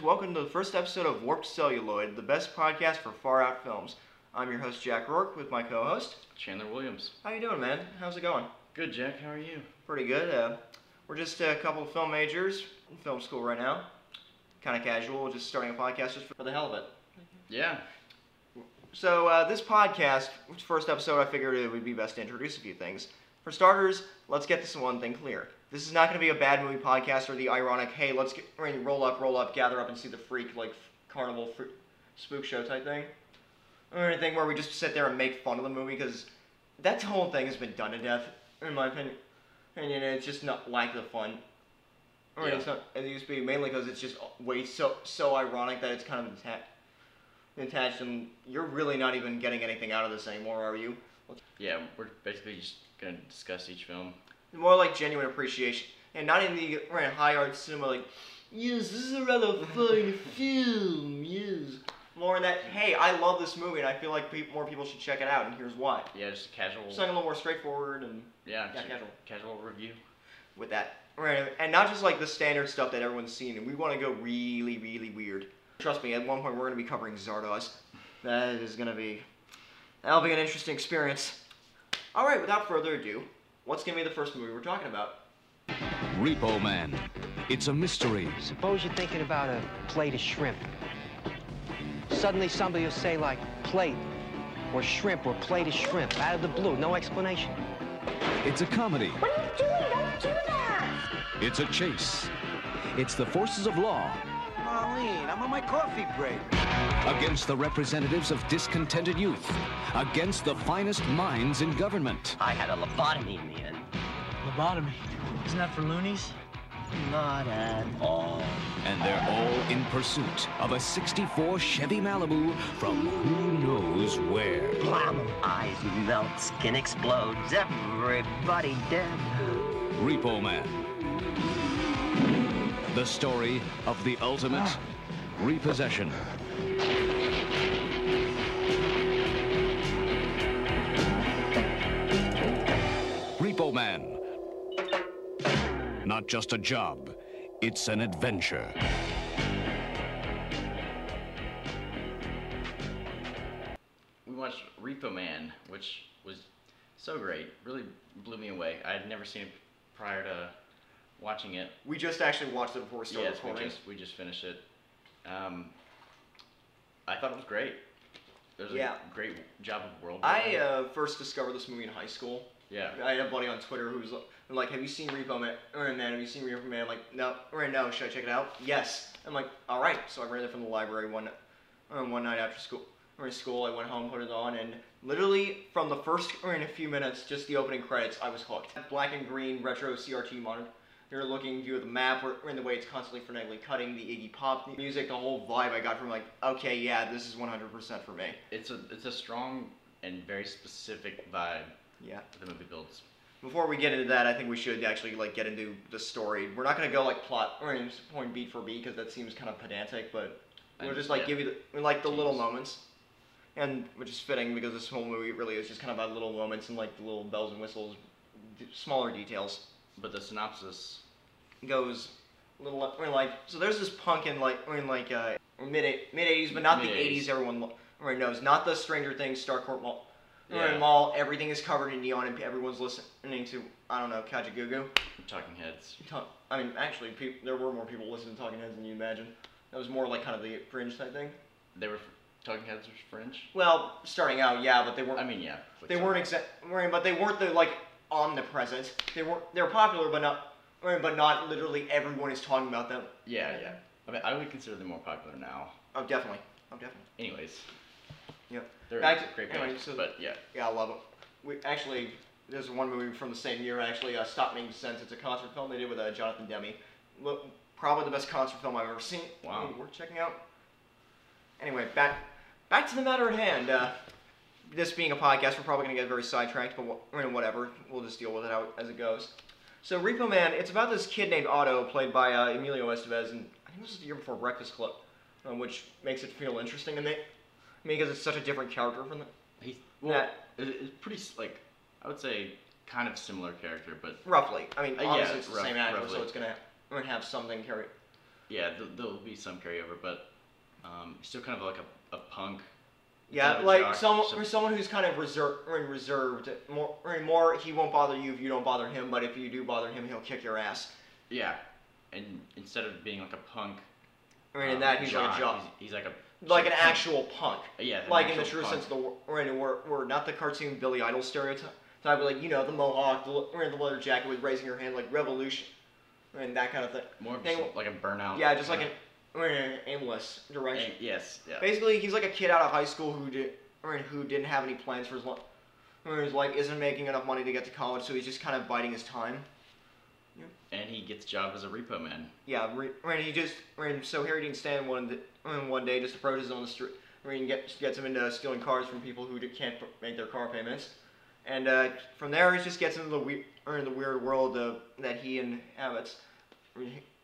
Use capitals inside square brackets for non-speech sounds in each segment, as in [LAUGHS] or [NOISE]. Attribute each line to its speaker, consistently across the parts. Speaker 1: welcome to the first episode of Warped Celluloid, the best podcast for far out films. I'm your host Jack Rourke with my co-host.
Speaker 2: Chandler Williams.
Speaker 1: How you doing, man? How's it going?
Speaker 2: Good, Jack. How are you?
Speaker 1: Pretty good. Uh, we're just a couple of film majors in film school right now. Kind of casual, just starting a podcast just for the hell of it.
Speaker 2: Yeah.
Speaker 1: So uh, this podcast, which first episode, I figured it would be best to introduce a few things. For starters, let's get this one thing clear. This is not going to be a bad movie podcast or the ironic, hey, let's get, I mean, roll up, roll up, gather up and see the freak like carnival fr- spook show type thing, or anything where we just sit there and make fun of the movie because that whole thing has been done to death, in my opinion. And you know, it's just not like the fun. I mean,
Speaker 2: Yeah.
Speaker 1: it's not. It used to be mainly because it's just way so so ironic that it's kind of attached attached and you're really not even getting anything out of this anymore, are you?
Speaker 2: Yeah, we're basically just gonna discuss each film.
Speaker 1: More like genuine appreciation and not in the right, high art cinema like, yes, this is a rather fine film, yes. More in that, hey, I love this movie and I feel like peop more people should check it out and here's why.
Speaker 2: Yeah, just a casual.
Speaker 1: Something a little more straightforward and
Speaker 2: yeah,
Speaker 1: yeah,
Speaker 2: just a
Speaker 1: casual.
Speaker 2: casual review.
Speaker 1: with that. Right, and not just like the standard stuff that everyone's seen, and we want to go really, really weird. Trust me, at one point we're going to be covering Zardoz. That is going to be, that'll be an interesting experience. All right, without further ado, what's going to be the first movie we're talking about?
Speaker 3: Repo Man. It's a mystery.
Speaker 4: Suppose you're thinking about a plate of shrimp. Suddenly somebody will say like plate or shrimp or plate of shrimp out of the blue, no explanation.
Speaker 3: It's a comedy.
Speaker 5: What are you doing? Don't do that!
Speaker 3: It's a chase. It's the forces of law
Speaker 6: Marlene, I'm on my coffee break.
Speaker 3: against the representatives of discontented youth, against the finest minds in government.
Speaker 6: I had a lobotomy in the end.
Speaker 7: Lobotomy. Isn't that for loonies?
Speaker 6: Not at all.
Speaker 3: And they're all in pursuit of a 64 Chevy Malibu from who knows where.
Speaker 6: Blam! Eyes melt, skin explodes, everybody dead.
Speaker 3: Repo Man. The story of the ultimate repossession. Repo Man. Not just a job, it's an adventure.
Speaker 2: We watched Repo Man, which was so great. Really blew me away. I had never seen it prior to watching it.
Speaker 1: We just actually watched it before we started
Speaker 2: yes, we
Speaker 1: recording.
Speaker 2: just we just finished it. Um, I thought it was great. There's
Speaker 1: Yeah.
Speaker 2: a great job of world.
Speaker 1: I
Speaker 2: building.
Speaker 1: uh, first discovered this movie in high school.
Speaker 2: yeah.
Speaker 1: I had a buddy on Twitter who was like, "Have you seen Repo Man?" Or man, have you seen Repo Man? I'm like, no, right now, should I check it out? Yes. I'm like, all right. So I ran it from the library one, uh, one night after school. Or in school, I went home, put it on, and literally from the first or in a few minutes, just the opening credits, I was hooked. Black and green retro CRT monitor. You're looking view of the map, or or in the way it's constantly frenetically cutting the Iggy Pop music, the whole vibe I got from like, okay, yeah, this is 100% for me.
Speaker 2: It's a it's a strong and very specific vibe
Speaker 1: Yeah.
Speaker 2: that the movie builds.
Speaker 1: Before we get into that, I think we should actually like get into the story. We're not gonna go like plot or in point beat for beat because that seems kind of pedantic, but we'll
Speaker 2: And-
Speaker 1: just like
Speaker 2: yeah.
Speaker 1: give you the, like the little
Speaker 2: Jeez.
Speaker 1: moments, and which is fitting because this whole movie really is just kind of about little moments and like the little bells and whistles, d- smaller details
Speaker 2: But the synopsis
Speaker 1: goes a little I mean, like so. There's this punk in like I mean like uh, mid mid eighties, but not the
Speaker 2: Mid-eighties.
Speaker 1: eighties everyone lo- already knows. Not the Stranger Things, Starcourt Mall.
Speaker 2: Yeah.
Speaker 1: Mall, everything is covered in neon, and everyone's listening to I don't know Kajagoogoo.
Speaker 2: Talking Heads.
Speaker 1: Talk, I mean, actually, peop there were more people listening to Talking Heads than you imagine. That was more like kind of the fringe type thing.
Speaker 2: They were Talking Heads was French.
Speaker 1: Well, starting out, yeah, but they weren't.
Speaker 2: I mean, yeah.
Speaker 1: they weren't exact. But they weren't the like omnipresent. They were they were popular, but not. I mean, but not literally everyone is talking about them.
Speaker 2: Yeah, yeah. I mean, I would consider them more popular now.
Speaker 1: Oh, definitely. Oh, definitely.
Speaker 2: Anyways,
Speaker 1: Yep.
Speaker 2: they're
Speaker 1: Back to-
Speaker 2: great
Speaker 1: anyway,
Speaker 2: bands,
Speaker 1: so-
Speaker 2: but yeah,
Speaker 1: Yeah, I love it. We actually, there's one movie from the same year. Actually, uh, Stop Making Sense. It's a concert film they did with uh, Jonathan Demme. Look, probably the best concert film I've ever seen.
Speaker 2: Wow.
Speaker 1: Ooh, We're checking out. Anyway, back back to the matter at hand. Uh, this being a podcast, we're probably gonna get very sidetracked, but wha- I mean, whatever. We'll just deal with it out as it goes. So Repo Man, it's about this kid named Otto, played by uh, Emilio Estevez, and I think this is the year before Breakfast Club, uh, which makes it feel interesting to me. I mean, because it's such a different character from the
Speaker 2: he's well,
Speaker 1: That-
Speaker 2: it, it's pretty s- like I would say kind of similar character, but
Speaker 1: Roughly. I mean,
Speaker 2: Uh, yeah,
Speaker 1: obviously it's the
Speaker 2: rough-
Speaker 1: same actor,
Speaker 2: roughly.
Speaker 1: so it's gonna, gonna have something carry
Speaker 2: yeah, th- there'll be some carryover, but um, still kind of like a, a punk.
Speaker 1: Yeah,
Speaker 2: kind of
Speaker 1: like
Speaker 2: jock,
Speaker 1: someone
Speaker 2: so-
Speaker 1: or someone who's kind of reserved, reserved more, or more. He won't bother you if you don't bother him, but if you do bother him, he'll kick your ass.
Speaker 2: yeah, and instead of being like a punk,
Speaker 1: I mean, in
Speaker 2: um,
Speaker 1: that he's
Speaker 2: jock,
Speaker 1: like a jock,
Speaker 2: He's, he's like a
Speaker 1: like an
Speaker 2: punk.
Speaker 1: actual punk.
Speaker 2: Yeah, an
Speaker 1: like in the
Speaker 2: actual
Speaker 1: true
Speaker 2: punk.
Speaker 1: sense of the word, or in a word, word, not the cartoon Billy Idol stereotype. Type of like you know the mohawk, the, or in the leather jacket with raising your hand like revolution, and that kind of thing.
Speaker 2: more of
Speaker 1: Thing-
Speaker 2: just like a burnout.
Speaker 1: yeah, just like
Speaker 2: kind
Speaker 1: an
Speaker 2: of-
Speaker 1: or an aimless direction.
Speaker 2: and- yes, yeah.
Speaker 1: Basically, he's like a kid out of high school who did, or who didn't have any plans for his life. Or is like isn't making enough money to get to college, so he's just kind of biding his time.
Speaker 2: and he gets a job as a repo man.
Speaker 1: Yeah, re- I mean, he just I mean, so Harry Dean Stanton one d- I mean, one day just approaches on the street. I mean, gets gets him into stealing cars from people who d- can't p- make their car payments, and uh, from there he just gets into the weird or in the weird world uh, that he inhabits,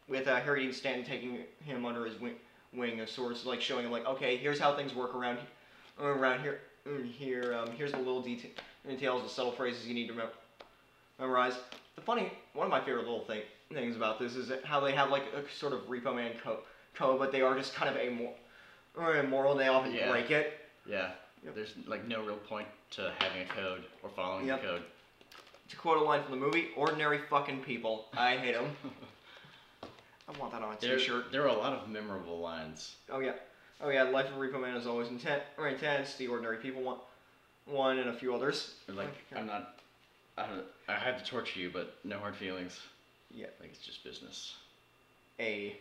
Speaker 1: with uh, Harry Dean Stanton taking him under his wing, wing of sorts, like showing him like, okay, here's how things work around he- around here. mm, Here, um, here's the little deta- details, the subtle phrases you need to remember memorize. The funny, one of my favorite little thing, things about this is how they have like a sort of Repo Man code, co, but they are just kind of amor- or immoral. and They often
Speaker 2: Yeah.
Speaker 1: break it.
Speaker 2: Yeah.
Speaker 1: Yep.
Speaker 2: There's like no real point to having a code or following
Speaker 1: Yep.
Speaker 2: the code.
Speaker 1: To quote a line from the movie, "Ordinary fucking people." I hate them. I want that on a
Speaker 2: There,
Speaker 1: T-shirt.
Speaker 2: there are a lot of memorable lines.
Speaker 1: Oh yeah, oh yeah. Life of Repo Man is always intent or intense. The ordinary people want one and a few others.
Speaker 2: Like I'm not, I don't, I had to torture you, but no hard feelings.
Speaker 1: Yeah.
Speaker 2: Like it's just business.
Speaker 1: A.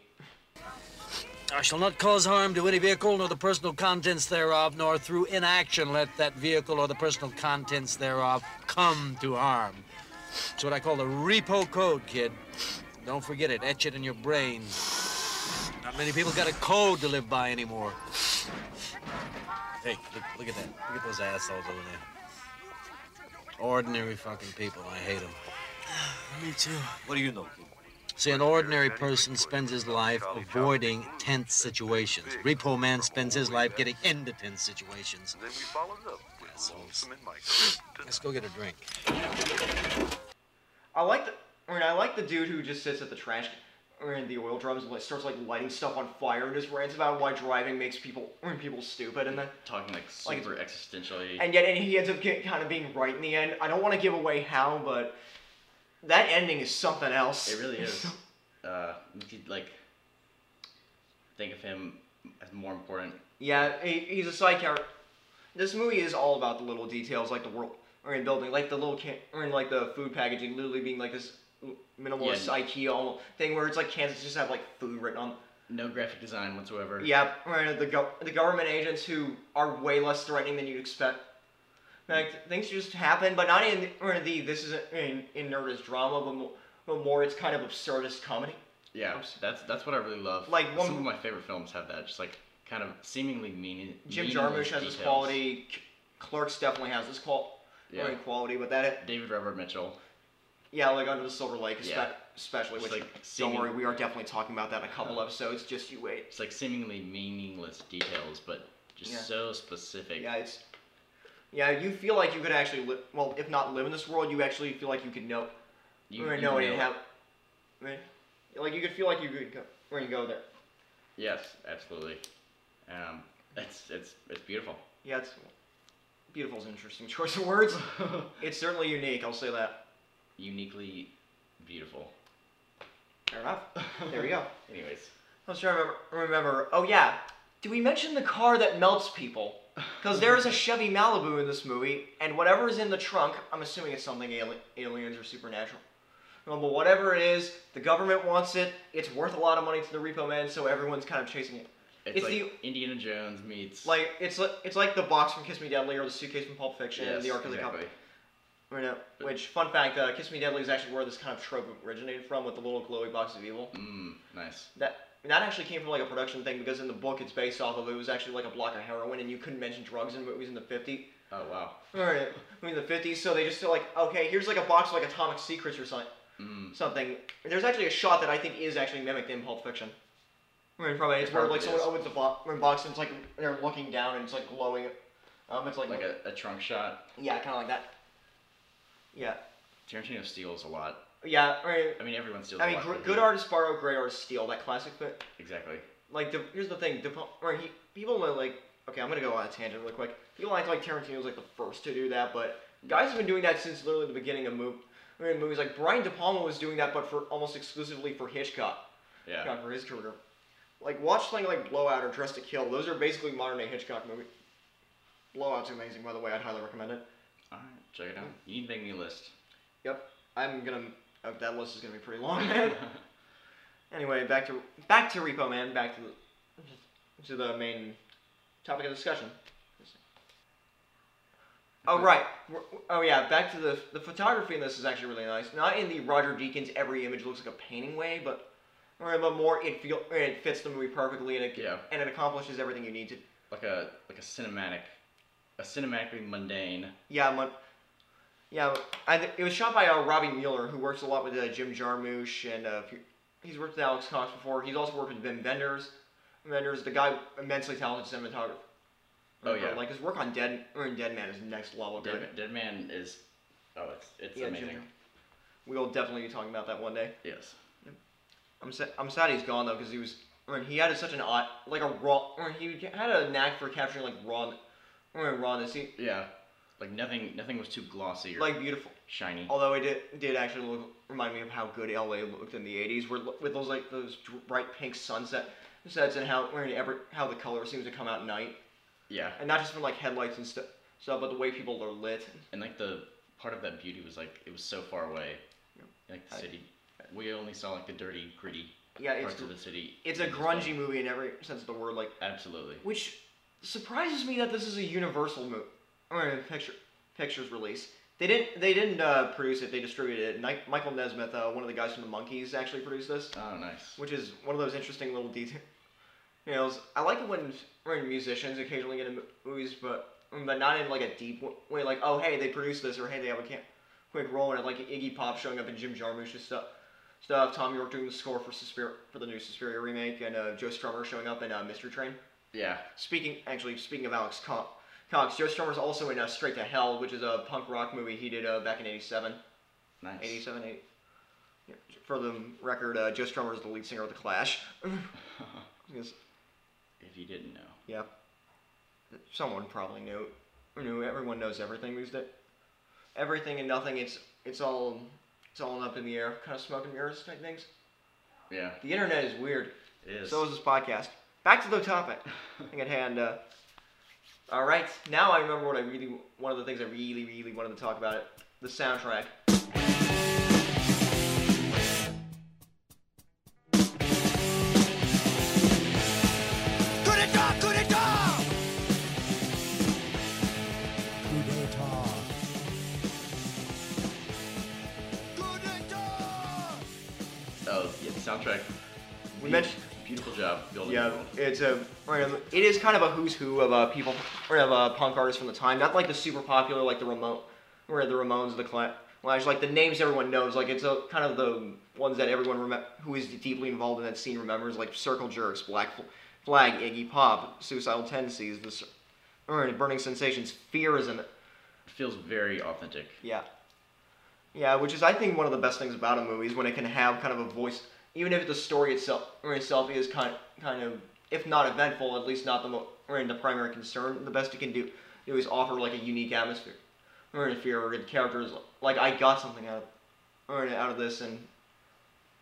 Speaker 8: I shall not cause harm to any vehicle nor the personal contents thereof, nor through inaction let that vehicle or the personal contents thereof come to harm. It's what I call the repo code, kid. Don't forget it. Etch it in your brain. Not many people got a code to live by anymore. Hey, look, look at that. Look at those assholes over there. Ordinary fucking people. I hate them.
Speaker 7: [SIGHS] Me too.
Speaker 8: What do you know? See, an ordinary person spends his life avoiding tense situations. Repo man spends his life getting into tense situations.
Speaker 9: Then we followed up with
Speaker 8: Assholes.
Speaker 9: Lonesome and Mike.
Speaker 8: Let's go get a drink.
Speaker 1: I like the. I mean, I like the dude who just sits at the trash or in the oil drums and like, starts like lighting stuff on fire and just rants about why driving makes people or people stupid and then
Speaker 2: Talking like
Speaker 1: Like it's-
Speaker 2: super existentially.
Speaker 1: and yet and he ends up getting, kind of being right in the end. I don't want to give away how, but that ending is something else.
Speaker 2: It really
Speaker 1: [LAUGHS]
Speaker 2: is. uh, you could, like think of him as more important.
Speaker 1: yeah, he, he's a side character. This movie is all about the little details, like the world or in building, like the little can or in like the food packaging, literally being like this minimalist
Speaker 2: Yeah.
Speaker 1: IKEA almost thing where it's like Kansas just have like food written on.
Speaker 2: No graphic design whatsoever.
Speaker 1: Yeah, right. The go- the government agents who are way less threatening than you'd expect. Like things just happen, but not in or the this isn't in in nerdist drama, but more, but more it's kind of absurdist comedy.
Speaker 2: Yeah.
Speaker 1: Oops.
Speaker 2: That's that's what I really love.
Speaker 1: Like, one-
Speaker 2: some of my favorite films have that. Just like kind of seemingly meaning.
Speaker 1: Jim
Speaker 2: meaningless
Speaker 1: Jarmusch has this
Speaker 2: details.
Speaker 1: quality. C- Clerks definitely has this qual-
Speaker 2: Yeah.
Speaker 1: really quality, but that
Speaker 2: David Robert Mitchell.
Speaker 1: yeah, like Under the Silver Lake, espe-
Speaker 2: Yeah.
Speaker 1: especially.
Speaker 2: It's
Speaker 1: Which
Speaker 2: like
Speaker 1: don't
Speaker 2: seeming-
Speaker 1: worry, we are definitely talking about that in a couple episodes. Just you wait.
Speaker 2: It's like seemingly meaningless details, but just
Speaker 1: Yeah.
Speaker 2: so specific.
Speaker 1: Yeah, it's. Yeah, you feel like you could actually live. Well, if not live in this world, you actually feel like you could know
Speaker 2: You,
Speaker 1: or
Speaker 2: you
Speaker 1: no,
Speaker 2: know
Speaker 1: it didn't have. I mean, like you could feel like you could go, or you go there.
Speaker 2: Yes, absolutely. Um, it's it's it's beautiful.
Speaker 1: Yeah, it's beautiful's an interesting [LAUGHS] choice of words. it's certainly unique. I'll say that.
Speaker 2: Uniquely beautiful.
Speaker 1: Fair enough. There we go.
Speaker 2: Anyways,
Speaker 1: [LAUGHS] I was trying to remember. remember oh yeah, did we mention the car that melts [LAUGHS] people? Because there is a Chevy Malibu in this movie, and whatever is in the trunk, I'm assuming it's something ali- aliens or supernatural. No, but whatever it is, the government wants it. It's worth a lot of money to the repo man, so everyone's kind of chasing it.
Speaker 2: it's,
Speaker 1: It's
Speaker 2: like
Speaker 1: the-
Speaker 2: Indiana Jones meets
Speaker 1: Like it's like it's like the box from Kiss Me Deadly or the suitcase from Pulp Fiction
Speaker 2: yes,
Speaker 1: and the Ark of the
Speaker 2: exactly.
Speaker 1: Covenant. Or no, Which fun fact, uh, Kiss Me Deadly is actually where this kind of trope originated from with the little glowy box of evil.
Speaker 2: Mm, nice.
Speaker 1: That that actually came from like a production thing because in the book it's based off of it was actually like a block of heroin and you couldn't mention drugs in movies in the 50s.
Speaker 2: Oh wow.
Speaker 1: Alright, I mean the 50s, so they just feel like, okay, here's like a box of like Atomic Secrets or something.
Speaker 2: Mm.
Speaker 1: Something. There's actually a shot that I think is actually mimicked in Pulp Fiction. I mean, probably it's where
Speaker 2: probably
Speaker 1: like someone
Speaker 2: is.
Speaker 1: opens the bo- box and it's like they're looking down and it's like glowing. Um, it's like,
Speaker 2: Like a, a trunk shot.
Speaker 1: yeah, kind of like that. Yeah,
Speaker 2: Tarantino steals a lot
Speaker 1: Yeah, right.
Speaker 2: I mean, everyone steals.
Speaker 1: I
Speaker 2: a
Speaker 1: mean,
Speaker 2: lot,
Speaker 1: gr-
Speaker 2: but
Speaker 1: good
Speaker 2: he-
Speaker 1: artists borrow, great artists steal. That classic bit.
Speaker 2: Exactly.
Speaker 1: like the, here's the thing, De, or he, people went like, okay, I'm gonna go on a tangent really quick. People act like Tarantino was like the first to do that, but guys have been doing that since literally the beginning of mov- I mean, movies. Like Brian De Palma was doing that, but for almost exclusively for Hitchcock,
Speaker 2: Yeah.
Speaker 1: Hitchcock for his career. Like watch something like Blowout or Dress to Kill. Those are basically modern day Hitchcock movies. Blowout's amazing, by the way. I'd highly recommend it.
Speaker 2: All right, check
Speaker 1: Hmm.
Speaker 2: it out. You need to make me a list.
Speaker 1: Yep, I'm gonna. Uh, that list is gonna be pretty long. anyway, back to back to Repo Man. Back to the to the main topic of discussion. Oh right. We're- Oh yeah. Back to the the photography in this is actually really nice. Not in the Roger Deakins every image looks like a painting way, but or but more it feel it fits the movie perfectly and it
Speaker 2: Yeah.
Speaker 1: and it accomplishes everything you need to.
Speaker 2: Like a like a cinematic, a cinematically mundane.
Speaker 1: Yeah, mon- yeah. I th- it was shot by uh, Robbie Mueller, who works a lot with uh, Jim Jarmusch, and uh, f- he's worked with Alex Cox before. He's also worked with Ben Venders. Venders, the guy, immensely talented cinematographer.
Speaker 2: Oh, yeah.
Speaker 1: Like his work on Dead or in Dead Man is next level good.
Speaker 2: Dead, Ma- Dead Man is, oh, it's it's
Speaker 1: Yeah, Jim
Speaker 2: amazing.
Speaker 1: Jarmusch. We'll definitely be talking about that one day.
Speaker 2: Yes.
Speaker 1: I'm sa- I'm sad he's gone though, because he was. I mean, he had such an odd, like a raw. I mean, he had a knack for capturing like raw, I mean, rawness. He
Speaker 2: Yeah. Like nothing nothing was too glossy or
Speaker 1: like beautiful.
Speaker 2: shiny.
Speaker 1: Although it did, did actually look, remind me of how good LA looked in the '80s, where, with those like those dr- bright pink sunset sets and how where every, how the color seems to come out at night,
Speaker 2: yeah.
Speaker 1: and not just from like headlights and stuff, stuff, but the way people are lit.
Speaker 2: And like the part of that beauty was like it was so far away. Like the city. We only saw like the dirty, gritty
Speaker 1: Yeah, it's
Speaker 2: parts of the city.
Speaker 1: it's a
Speaker 2: in this
Speaker 1: grungy
Speaker 2: film.
Speaker 1: movie in every sense of the word, like
Speaker 2: Absolutely.
Speaker 1: which surprises me that this is a Universal movie or a picture pictures release. They didn't they didn't uh, produce it; they distributed it. Ni- Michael Nesmith, uh, one of the guys from the Monkees, actually produced this.
Speaker 2: Oh, nice.
Speaker 1: which is one of those interesting little [LAUGHS] details. I like it when, when musicians occasionally get in movies, but but not in like a deep w- way. Like, oh hey, they produced this, or hey, they have a ca- quick role in it. Like Iggy Pop showing up in Jim Jarmusch's stuff, stuff. Tom York doing the score for Suspir- for the new Suspiria remake, and uh, Joe Strummer showing up in uh, Mystery Train.
Speaker 2: Yeah.
Speaker 1: Speaking actually, speaking of Alex Co- Cox, Joe Strummer's also in uh, Straight to Hell, which is a punk rock movie he did uh, back in '87.
Speaker 2: Nice.
Speaker 1: 87, 8. Yeah, For the record, uh, Joe Strummer is the lead singer of
Speaker 2: [LAUGHS]
Speaker 1: The Clash. Yes,
Speaker 2: If you didn't know.
Speaker 1: yeah. Someone probably knew. knew. Everyone knows everything these days. Everything and nothing, it's it's all it's all up in the air, kind of smoke and mirrors type things.
Speaker 2: Yeah.
Speaker 1: The internet is weird.
Speaker 2: It is.
Speaker 1: So is this podcast. Back to
Speaker 2: [LAUGHS]
Speaker 1: the topic. Thing at hand. Uh, all right, now I remember what I really one of the things I really really wanted to talk about it. The soundtrack.
Speaker 2: oh, yeah, the soundtrack.
Speaker 1: We
Speaker 2: Be-
Speaker 1: mentioned-
Speaker 2: Beautiful job building
Speaker 1: Yeah,
Speaker 2: the world.
Speaker 1: it's a it is kind of a who's who of uh, people or of uh, punk artists from the time. Not like the super popular like the Ramon or the Ramones, the Cla- Clash, like the names everyone knows. Like it's a kind of the ones that everyone remem- who is deeply involved in that scene remembers, like Circle Jerks, Black Fl- Flag, Iggy Pop, Suicidal Tendencies, the Cir- or Burning Sensations, Fear is in it.
Speaker 2: It feels very authentic.
Speaker 1: Yeah. Yeah, which is I think one of the best things about a movie is when it can have kind of a voice, even if the story itself or itself is kind kind of if not eventful, at least not the mo- or in the primary concern. The best it can do do is offer like a unique atmosphere or in fear or in characters like I got something out of or out of this and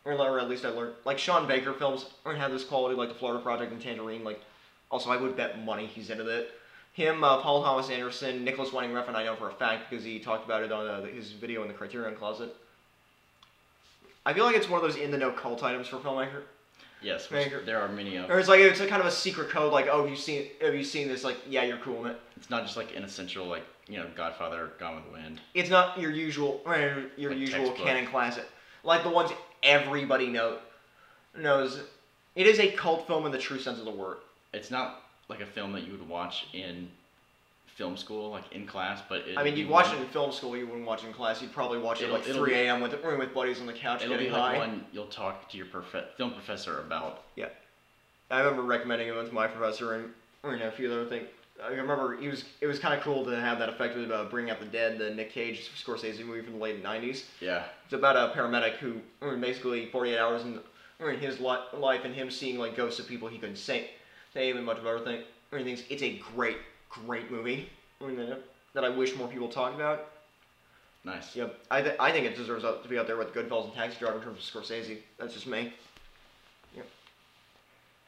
Speaker 1: or like- or at least I learned like Sean Baker films or have this quality like the Florida Project and Tangerine like also I would bet money he's into that him uh, Paul Thomas Anderson Nicholas Winding Refn I know for a fact because he talked about it on uh, his video in the Criterion Closet I feel like it's one of those in the know cult items for filmmaker
Speaker 2: Yes, which
Speaker 1: Maker-
Speaker 2: there are many of.
Speaker 1: or it's like it's a kind of a secret code like oh have you seen have you seen this like yeah you're cool in it
Speaker 2: It's not just like an essential, like you know, Godfather, or Gone with the Wind.
Speaker 1: it's not your usual eh, your
Speaker 2: Like
Speaker 1: usual
Speaker 2: textbook.
Speaker 1: canon classic, like the ones everybody know knows. It is a cult film in the true sense of the word.
Speaker 2: It's not like a film that you would watch in film school, like in class. But it,
Speaker 1: I mean,
Speaker 2: you
Speaker 1: you'd watch it
Speaker 2: won't-
Speaker 1: in film school, you wouldn't watch it in class. You'd probably watch it
Speaker 2: It'll-
Speaker 1: like
Speaker 2: it'll
Speaker 1: 3 a.m. with with buddies on the couch
Speaker 2: It'll
Speaker 1: getting
Speaker 2: be like
Speaker 1: high.
Speaker 2: one you'll talk to your prof- film professor about.
Speaker 1: Yeah, I remember recommending it to my professor and you know, a few other things. I remember he was. It was kind of cool to have that effect of uh, bringing out the dead, the Nick Cage Scorsese movie from the late '90s.
Speaker 2: Yeah.
Speaker 1: It's about a paramedic who, I mean, basically, 48 hours in, I mean, his li- life and him seeing like ghosts of people he couldn't save, save and much of other thing, I mean, things. It's a great, great movie I mean, that, that I wish more people talk about.
Speaker 2: Nice.
Speaker 1: Yep, I, th- I think it deserves up to be up there with Goodfellas and Taxi Driver in terms of Scorsese. That's just me. Yep.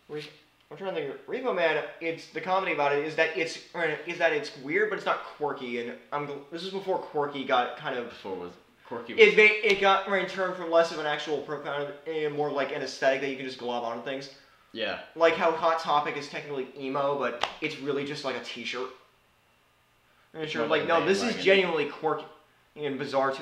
Speaker 1: Re- I'm trying to think. of- Repo Man. It's the comedy about it is that it's er, is that it's weird, but it's not quirky. And I'm gl- this is before quirky got kind of
Speaker 2: Before was quirky. Was,
Speaker 1: it made, it got right, turned from less of an actual profound and more like an aesthetic that you can just glob on things.
Speaker 2: yeah.
Speaker 1: Like how Hot Topic is technically emo, but it's really just like a T-shirt. And it's
Speaker 2: More
Speaker 1: like,
Speaker 2: like
Speaker 1: no,
Speaker 2: a
Speaker 1: this is
Speaker 2: bandwagon.
Speaker 1: genuinely quirky and bizarre to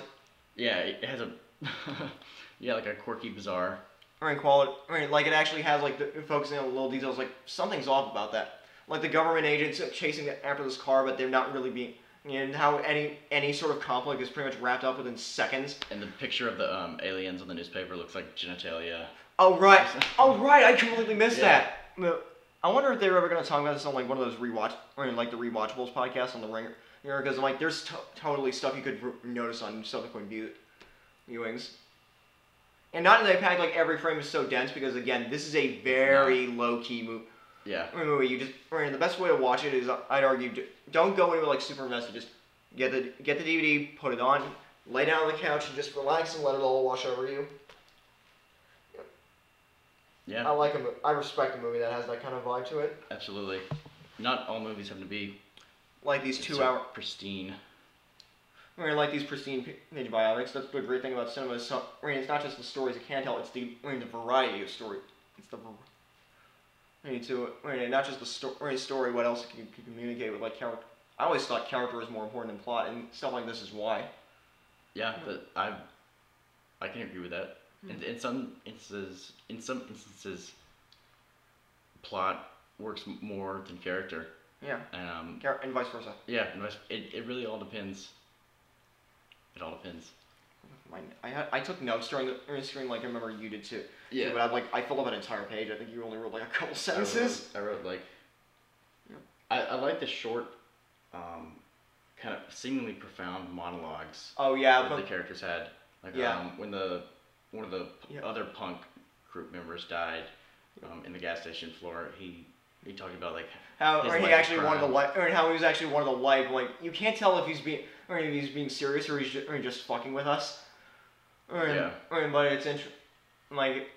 Speaker 2: Yeah. It has a. [LAUGHS] yeah, like a quirky bizarre.
Speaker 1: or in quality. I mean, like it actually has like the focusing on little details. Like something's off about that. Like the government agents chasing after this car, but they're not really being. And how any any sort of conflict is pretty much wrapped up within seconds.
Speaker 2: And the picture of the um, aliens on the newspaper looks like genitalia.
Speaker 1: Oh right. Oh right. I completely missed
Speaker 2: Yeah.
Speaker 1: that. No, I wonder if they were ever gonna talk about this on like one of those rewatch or in, like the rewatchables podcast on the Ringer. Because I'm like, there's to- totally stuff you could r notice on subsequent view- viewings. And not in the pack like every frame is so dense because again, this is a very low key movie.
Speaker 2: Yeah.
Speaker 1: I mean, movie, you just I mean, the best way to watch it is I'd argue d- don't go anywhere like super invested. Just get the get the DVD, put it on, lay down on the couch, and just relax and let it all wash over you.
Speaker 2: Yeah.
Speaker 1: I like a mo- I respect a movie that has that kind of vibe to it.
Speaker 2: Absolutely. Not all movies have to be
Speaker 1: Like these two
Speaker 2: so
Speaker 1: hour,
Speaker 2: pristine.
Speaker 1: I mean, like these pristine p- page biopics. That's the great thing about cinema. Is so, I mean, it's not just the stories you can tell. It's the I mean, the variety of story. It's the var- I mean, to I mean, not just the story, I mean, story. What else can you can communicate with like character? I always thought character was more important than plot, and stuff like this is why.
Speaker 2: Yeah, Hmm. but I I can agree with that. In, in some instances, in some instances, plot works m- more than character.
Speaker 1: Yeah,
Speaker 2: And, um,
Speaker 1: Char- and vice versa.
Speaker 2: yeah, and that's- it, it really all depends. It all depends.
Speaker 1: Mine, I had, I took notes during the during the screen. Like I remember you did too.
Speaker 2: Yeah.
Speaker 1: But I like I filled up an entire page. I think you only wrote like a couple sentences.
Speaker 2: I wrote, I wrote, like. I, I like the short, um, kind of seemingly profound monologues
Speaker 1: Oh yeah,
Speaker 2: that the
Speaker 1: but
Speaker 2: characters had. Like
Speaker 1: Yeah.
Speaker 2: um, when the one of the p-
Speaker 1: Yeah.
Speaker 2: other punk group members died um, in the gas station floor, he he talked about like
Speaker 1: How
Speaker 2: his
Speaker 1: or he
Speaker 2: life of
Speaker 1: actually wanted to
Speaker 2: crime.
Speaker 1: like, or how he was actually one of the like, like you can't tell if he's being, or if he's being serious or he's just, or just fucking with us. Or,
Speaker 2: Yeah.
Speaker 1: Or, but it's interesting. Like,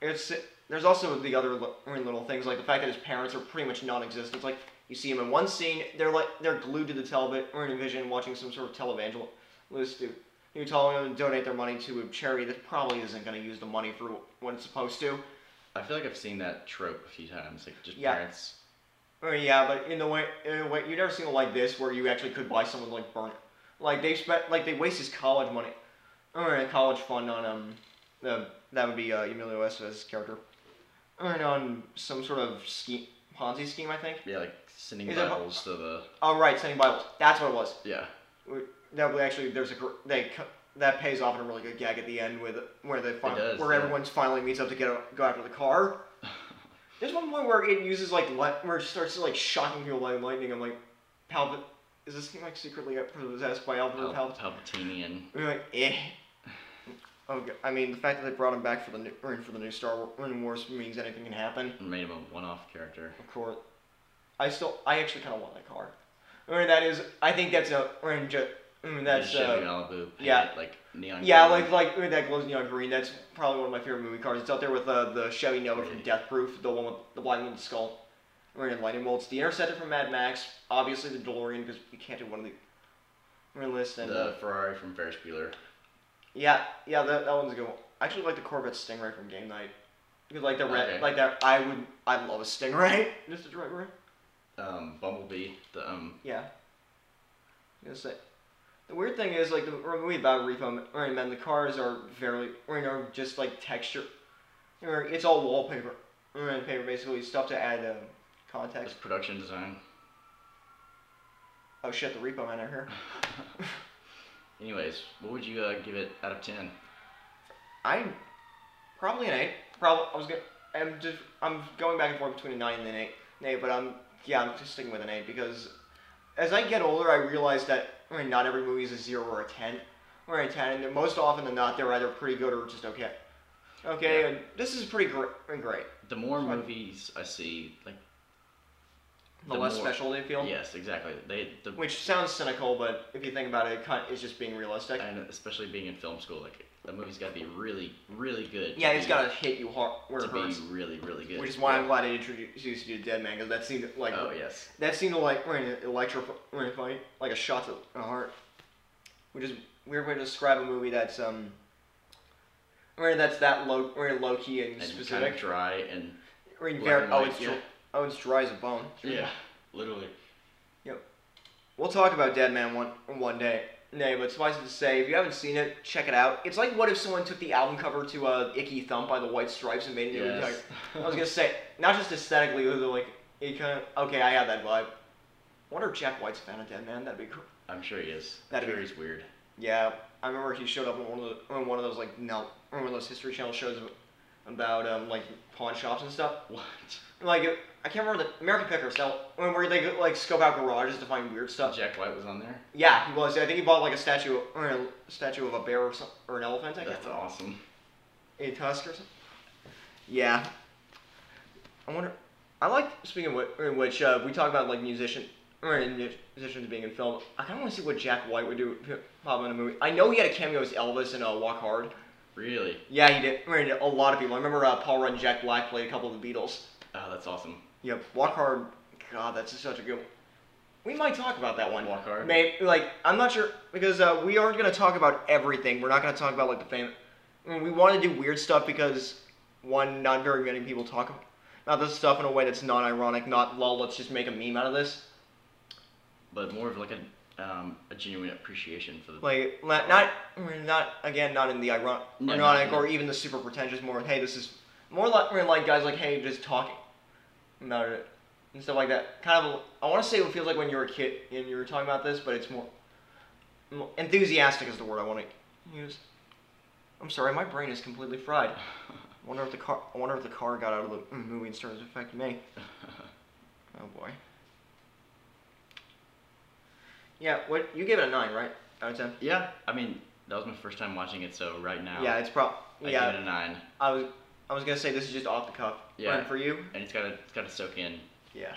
Speaker 1: it's there's also the other li- I mean, little things like the fact that his parents are pretty much non-existent. It's like you see him in one scene, they're like they're glued to the television or in a vision watching some sort of televangelist who who telling them to donate their money to a charity that probably isn't going to use the money for what it's supposed to.
Speaker 2: I feel like I've seen that trope a few times, like just
Speaker 1: Yeah.
Speaker 2: parents.
Speaker 1: Oh yeah, but in the way, in a way, you never seen it like this where you actually could buy someone like burn, like they spent, like they waste his college money, or a college fund on um, the, that would be uh, Emilio Estevez's character, and on some sort of scheme, Ponzi scheme, I think.
Speaker 2: Yeah, like sending
Speaker 1: Is it-
Speaker 2: Bibles to the
Speaker 1: Oh right, sending Bibles. That's what it was.
Speaker 2: yeah
Speaker 1: That would actually there's a gr- they co- that pays off in a really good gag at the end with where they fin-
Speaker 2: does,
Speaker 1: where
Speaker 2: yeah.
Speaker 1: everyone's finally meets up to get a, go after
Speaker 2: [LAUGHS]
Speaker 1: the car. There's one point where it uses like li- where it starts like shocking people by lightning. I'm like, Palp, is this thing like secretly possessed by Albert
Speaker 2: Pal-
Speaker 1: Palp?
Speaker 2: Palpatinian.
Speaker 1: I'm like, eh. Oh, g- I mean, the fact that they brought him back for the new, or for the new Star Wars means anything can happen.
Speaker 2: and Made him a one-off character.
Speaker 1: Of course. I still, I actually kind of want that car. I mean, that is, I think that's a, I mean, ju- I mean, that's,
Speaker 2: Chevy
Speaker 1: uh,
Speaker 2: Malibu. painted,
Speaker 1: yeah.
Speaker 2: like neon.
Speaker 1: Yeah,
Speaker 2: green.
Speaker 1: like like that glows neon green. That's probably one of my favorite movie cars. It's out there with uh, the Chevy Nova from Death Proof, the one with the black one with the skull, or in lightning bolts, the Interceptor from Mad Max, obviously the DeLorean because you can't do one of the. I mean, listen,
Speaker 2: the Ferrari from Ferris Bueller.
Speaker 1: yeah, yeah, that, that one's a good. One. I actually like the Corvette Stingray from Game Night. Because like the red,
Speaker 2: Okay.
Speaker 1: like that, I would, I love a Stingray. [LAUGHS] Just a direct red.
Speaker 2: Um, Bumblebee. The um,
Speaker 1: Yeah. You know, say. The weird thing is, like, the movie about Repo I mean, Man, the cars are fairly, or, you know, just like texture. Or it's all wallpaper. I mean, paper, basically, stuff to add um,
Speaker 2: this
Speaker 1: context.
Speaker 2: production design.
Speaker 1: Oh shit, the Repo Man are here.
Speaker 2: Anyways, what would you uh, give it out of ten?
Speaker 1: I'm probably an eight. Probably I was gonna. I'm just. I'm going back and forth between a nine and an eight. An eight, but I'm yeah, I'm just sticking with an eight because as I get older, I realize that I mean, not every movie is a zero or a ten or a ten, and most often than not, they're either pretty good or just okay. Okay, and this is pretty gr- great.
Speaker 2: The more
Speaker 1: Fine.
Speaker 2: movies I see, like
Speaker 1: The,
Speaker 2: The
Speaker 1: less
Speaker 2: more-
Speaker 1: special they feel.
Speaker 2: yes, exactly. They the
Speaker 1: Which sounds cynical, but if you think about it, it kind of is just being realistic.
Speaker 2: and especially being in film school, like the movie's got to be really, really good.
Speaker 1: yeah,
Speaker 2: to
Speaker 1: it's
Speaker 2: be-
Speaker 1: gotta hit you hard where
Speaker 2: to
Speaker 1: it
Speaker 2: be
Speaker 1: hurts.
Speaker 2: really, really good.
Speaker 1: Which is why I'm
Speaker 2: Yeah.
Speaker 1: glad I introduced you to Dead Man, because that seemed like
Speaker 2: Oh yes,
Speaker 1: that seemed like we're in electrifying, like a shot to the heart, which is a weird way to describe a movie that's um, where that's that low, where low key and,
Speaker 2: and kind
Speaker 1: specific.
Speaker 2: of dry and
Speaker 1: Where you
Speaker 2: black
Speaker 1: very,
Speaker 2: and
Speaker 1: oh,
Speaker 2: white,
Speaker 1: it's
Speaker 2: yeah.
Speaker 1: dry, oh, it's dry as a bone.
Speaker 2: yeah, literally.
Speaker 1: We'll talk about Dead Man one one day. Nay, but suffice it to say, if you haven't seen it, check it out. It's like what if someone took the album cover to uh, "Icky Thump" by the White Stripes and made it into
Speaker 2: Yes.
Speaker 1: I was gonna say not just aesthetically, but like it kind of okay. I had that vibe. Wonder if Jack White's a fan of Dead Man. That'd be cool.
Speaker 2: I'm sure he is. I'm
Speaker 1: That'd
Speaker 2: sure
Speaker 1: be-
Speaker 2: he's weird.
Speaker 1: Yeah, I remember he showed up on one of the, on one of those like no on one of those History Channel shows about um, like pawn shops and stuff.
Speaker 2: What? [LAUGHS]
Speaker 1: Like I can't remember the American Pickers that one where they like scope out garages to find weird stuff.
Speaker 2: Jack White was on there.
Speaker 1: Yeah, he was. I think he bought like a statue or a statue of a bear or, some, or an elephant. I
Speaker 2: That's
Speaker 1: guess
Speaker 2: awesome.
Speaker 1: a tusk or something. Yeah. I wonder. I like speaking of whi- in which uh, we talk about like musician or in- musicians being in film. I kind of want to see what Jack White would do p- pop in a movie. I know he had a cameo as Elvis in uh, Walk Hard.
Speaker 2: Really?
Speaker 1: Yeah, he did. I mean, a lot of people. I remember uh, Paul Rudd and Jack Black played a couple of the Beatles.
Speaker 2: Oh, that's awesome.
Speaker 1: Yep, Walk Hard. God, that's just such a good one. We might talk about that one.
Speaker 2: Walk Hard?
Speaker 1: Maybe, like, I'm not sure, because uh, we aren't going to talk about everything. We're not going to talk about, like, the famous. I mean, we want to do weird stuff because, one, not very many people talk about this stuff in a way that's not ironic, not, lol, let's just make a meme out of this.
Speaker 2: But more of like a um, a genuine appreciation for the.
Speaker 1: Like, not, not, I mean, not again, not in the iron-
Speaker 2: No, no,
Speaker 1: ironic
Speaker 2: no.
Speaker 1: or even the super pretentious, more, hey, this is. More like, I mean, like guys like, hey, just talking about it and stuff like that. Kind of, I want to say it feels like when you were a kid and you were talking about this, but it's more. more Enthusiastic is the word I want to use. I'm sorry, my brain is completely fried. I wonder if the car. I wonder if the car got out of the movie and started to affect me. [LAUGHS] Oh boy. Yeah, what you gave it a nine, right? Out of ten.
Speaker 2: yeah, I mean that was my first time watching it, so right now.
Speaker 1: Yeah, it's probably.
Speaker 2: I give it a
Speaker 1: Yeah,
Speaker 2: nine,
Speaker 1: I was. I was gonna say this is just off the cuff.
Speaker 2: Yeah.
Speaker 1: Right, for you.
Speaker 2: and it's got to it's got to soak in
Speaker 1: Yeah.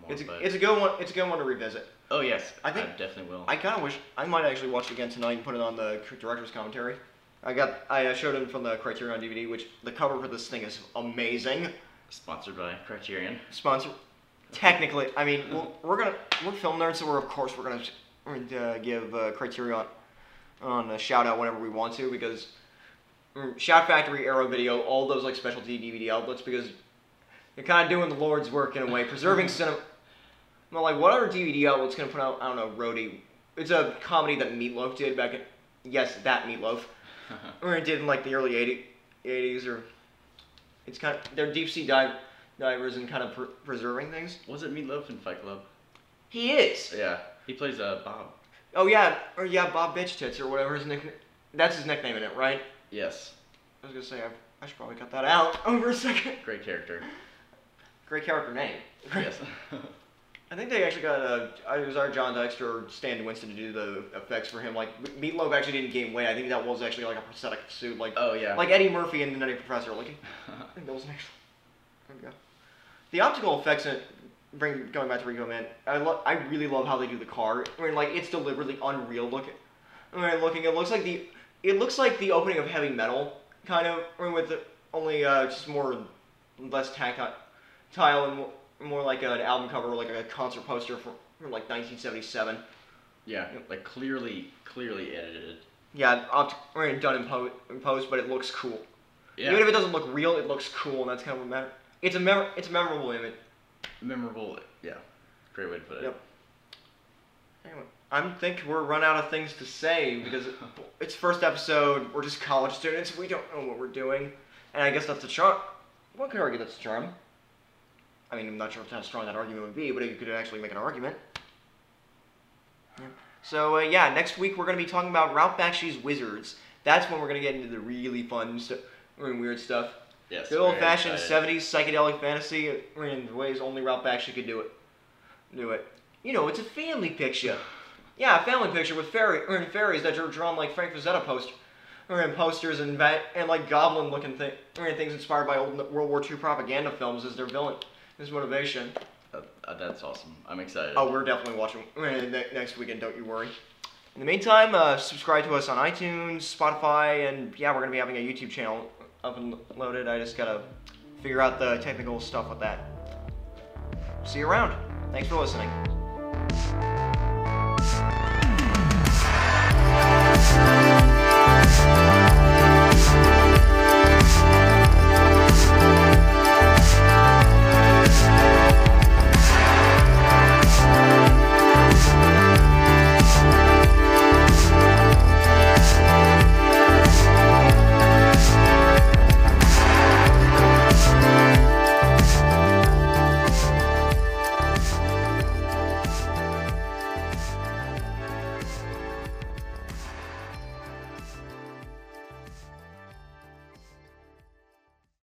Speaker 2: more.
Speaker 1: It's a,
Speaker 2: but-
Speaker 1: it's a good one. It's a good one to revisit.
Speaker 2: oh yes,
Speaker 1: I
Speaker 2: I
Speaker 1: think-
Speaker 2: definitely will.
Speaker 1: I kind of wish I might actually watch it again tonight and put it on the cr- director's commentary. I got I uh, showed it from the Criterion DVD, which the cover for this thing is amazing.
Speaker 2: Sponsored by Criterion.
Speaker 1: Sponsor, technically, I mean we're, we're gonna we're film nerds, so we're of course we're gonna we're gonna, uh, give uh, Criterion on a shout out whenever we want to because mm, Shout Factory, Arrow Video, all those like specialty DVD outlets because they're kind of doing the Lord's work in a way, preserving cinema. Well, like what other DVD outlet's gonna put out? I don't know. Roadie. It's a comedy that Meatloaf did back in. Yes, that Meatloaf. or it did in like the early 80, 80s or. It's kind of they're deep sea dive divers and kind of pre- preserving things.
Speaker 2: Was it Meatloaf in Fight Club?
Speaker 1: He is.
Speaker 2: Yeah, he plays uh, Bob.
Speaker 1: Oh yeah, or yeah, Bob Bitch Tits or whatever his nickname. That's his nickname in it, right?
Speaker 2: Yes,
Speaker 1: I was gonna say I, I should probably cut that out [LAUGHS] over a second.
Speaker 2: great
Speaker 1: [LAUGHS]
Speaker 2: character.
Speaker 1: Great character name.
Speaker 2: yes. [LAUGHS]
Speaker 1: I think they actually got uh, it was our John Dexter or Stan Winston to do the effects for him. Like Meatloaf actually didn't gain weight. I think that was actually like a prosthetic suit, like
Speaker 2: oh yeah.
Speaker 1: like Eddie Murphy and the Nutty Professor.
Speaker 2: [LAUGHS]
Speaker 1: Like I think that was an actual. There we go. The optical effects in bring going back to Rico Man. I lo- I really love how they do the car. I mean, like it's deliberately unreal looking. I mean, looking it looks like the it looks like the opening of heavy metal kind of I mean, with the, only uh, just more less tactile tile and more, more like an album cover or like a concert poster from, from like 1977.
Speaker 2: yeah, like clearly, clearly edited.
Speaker 1: Yeah, opt- I mean, done in, po- in post, but it looks cool.
Speaker 2: Yeah.
Speaker 1: Even if it doesn't look real, it looks cool, and that's kind of what matters. It's a mem- it's a memorable image.
Speaker 2: memorable. Yeah, great way to put it.
Speaker 1: Yep. Anyway, I think we're run out of things to say
Speaker 2: [LAUGHS]
Speaker 1: because it's first episode. We're just college students. We don't know what we're doing, and I guess that's the charm. One could argue that's the charm. I mean, I'm not sure how strong that argument would be, but you could actually make an argument. Yeah. So uh, yeah, next week we're gonna be talking about Ralph Bakshi's Wizards. That's when we're gonna get into the really fun stuff, I mean, weird stuff.
Speaker 2: Yes.
Speaker 1: Good
Speaker 2: very
Speaker 1: old fashioned
Speaker 2: excited.
Speaker 1: seventies psychedelic fantasy in ways only Ralph Bakshi could do it. do it. You know, it's a family picture. Yeah, a family picture with fairy or in fairies that are drawn like Frank Frazetta poster, or in posters and va- and like goblin looking thing or in things inspired by old World War II propaganda films as their villain, as motivation.
Speaker 2: Uh, uh, that's awesome. I'm excited.
Speaker 1: Oh, we're definitely watching eh, ne- next weekend. Don't you worry. In the meantime, uh, subscribe to us on iTunes, Spotify, and yeah, we're gonna be having a YouTube channel up and loaded. I just gotta figure out the technical stuff with that. See you around. Thanks for listening.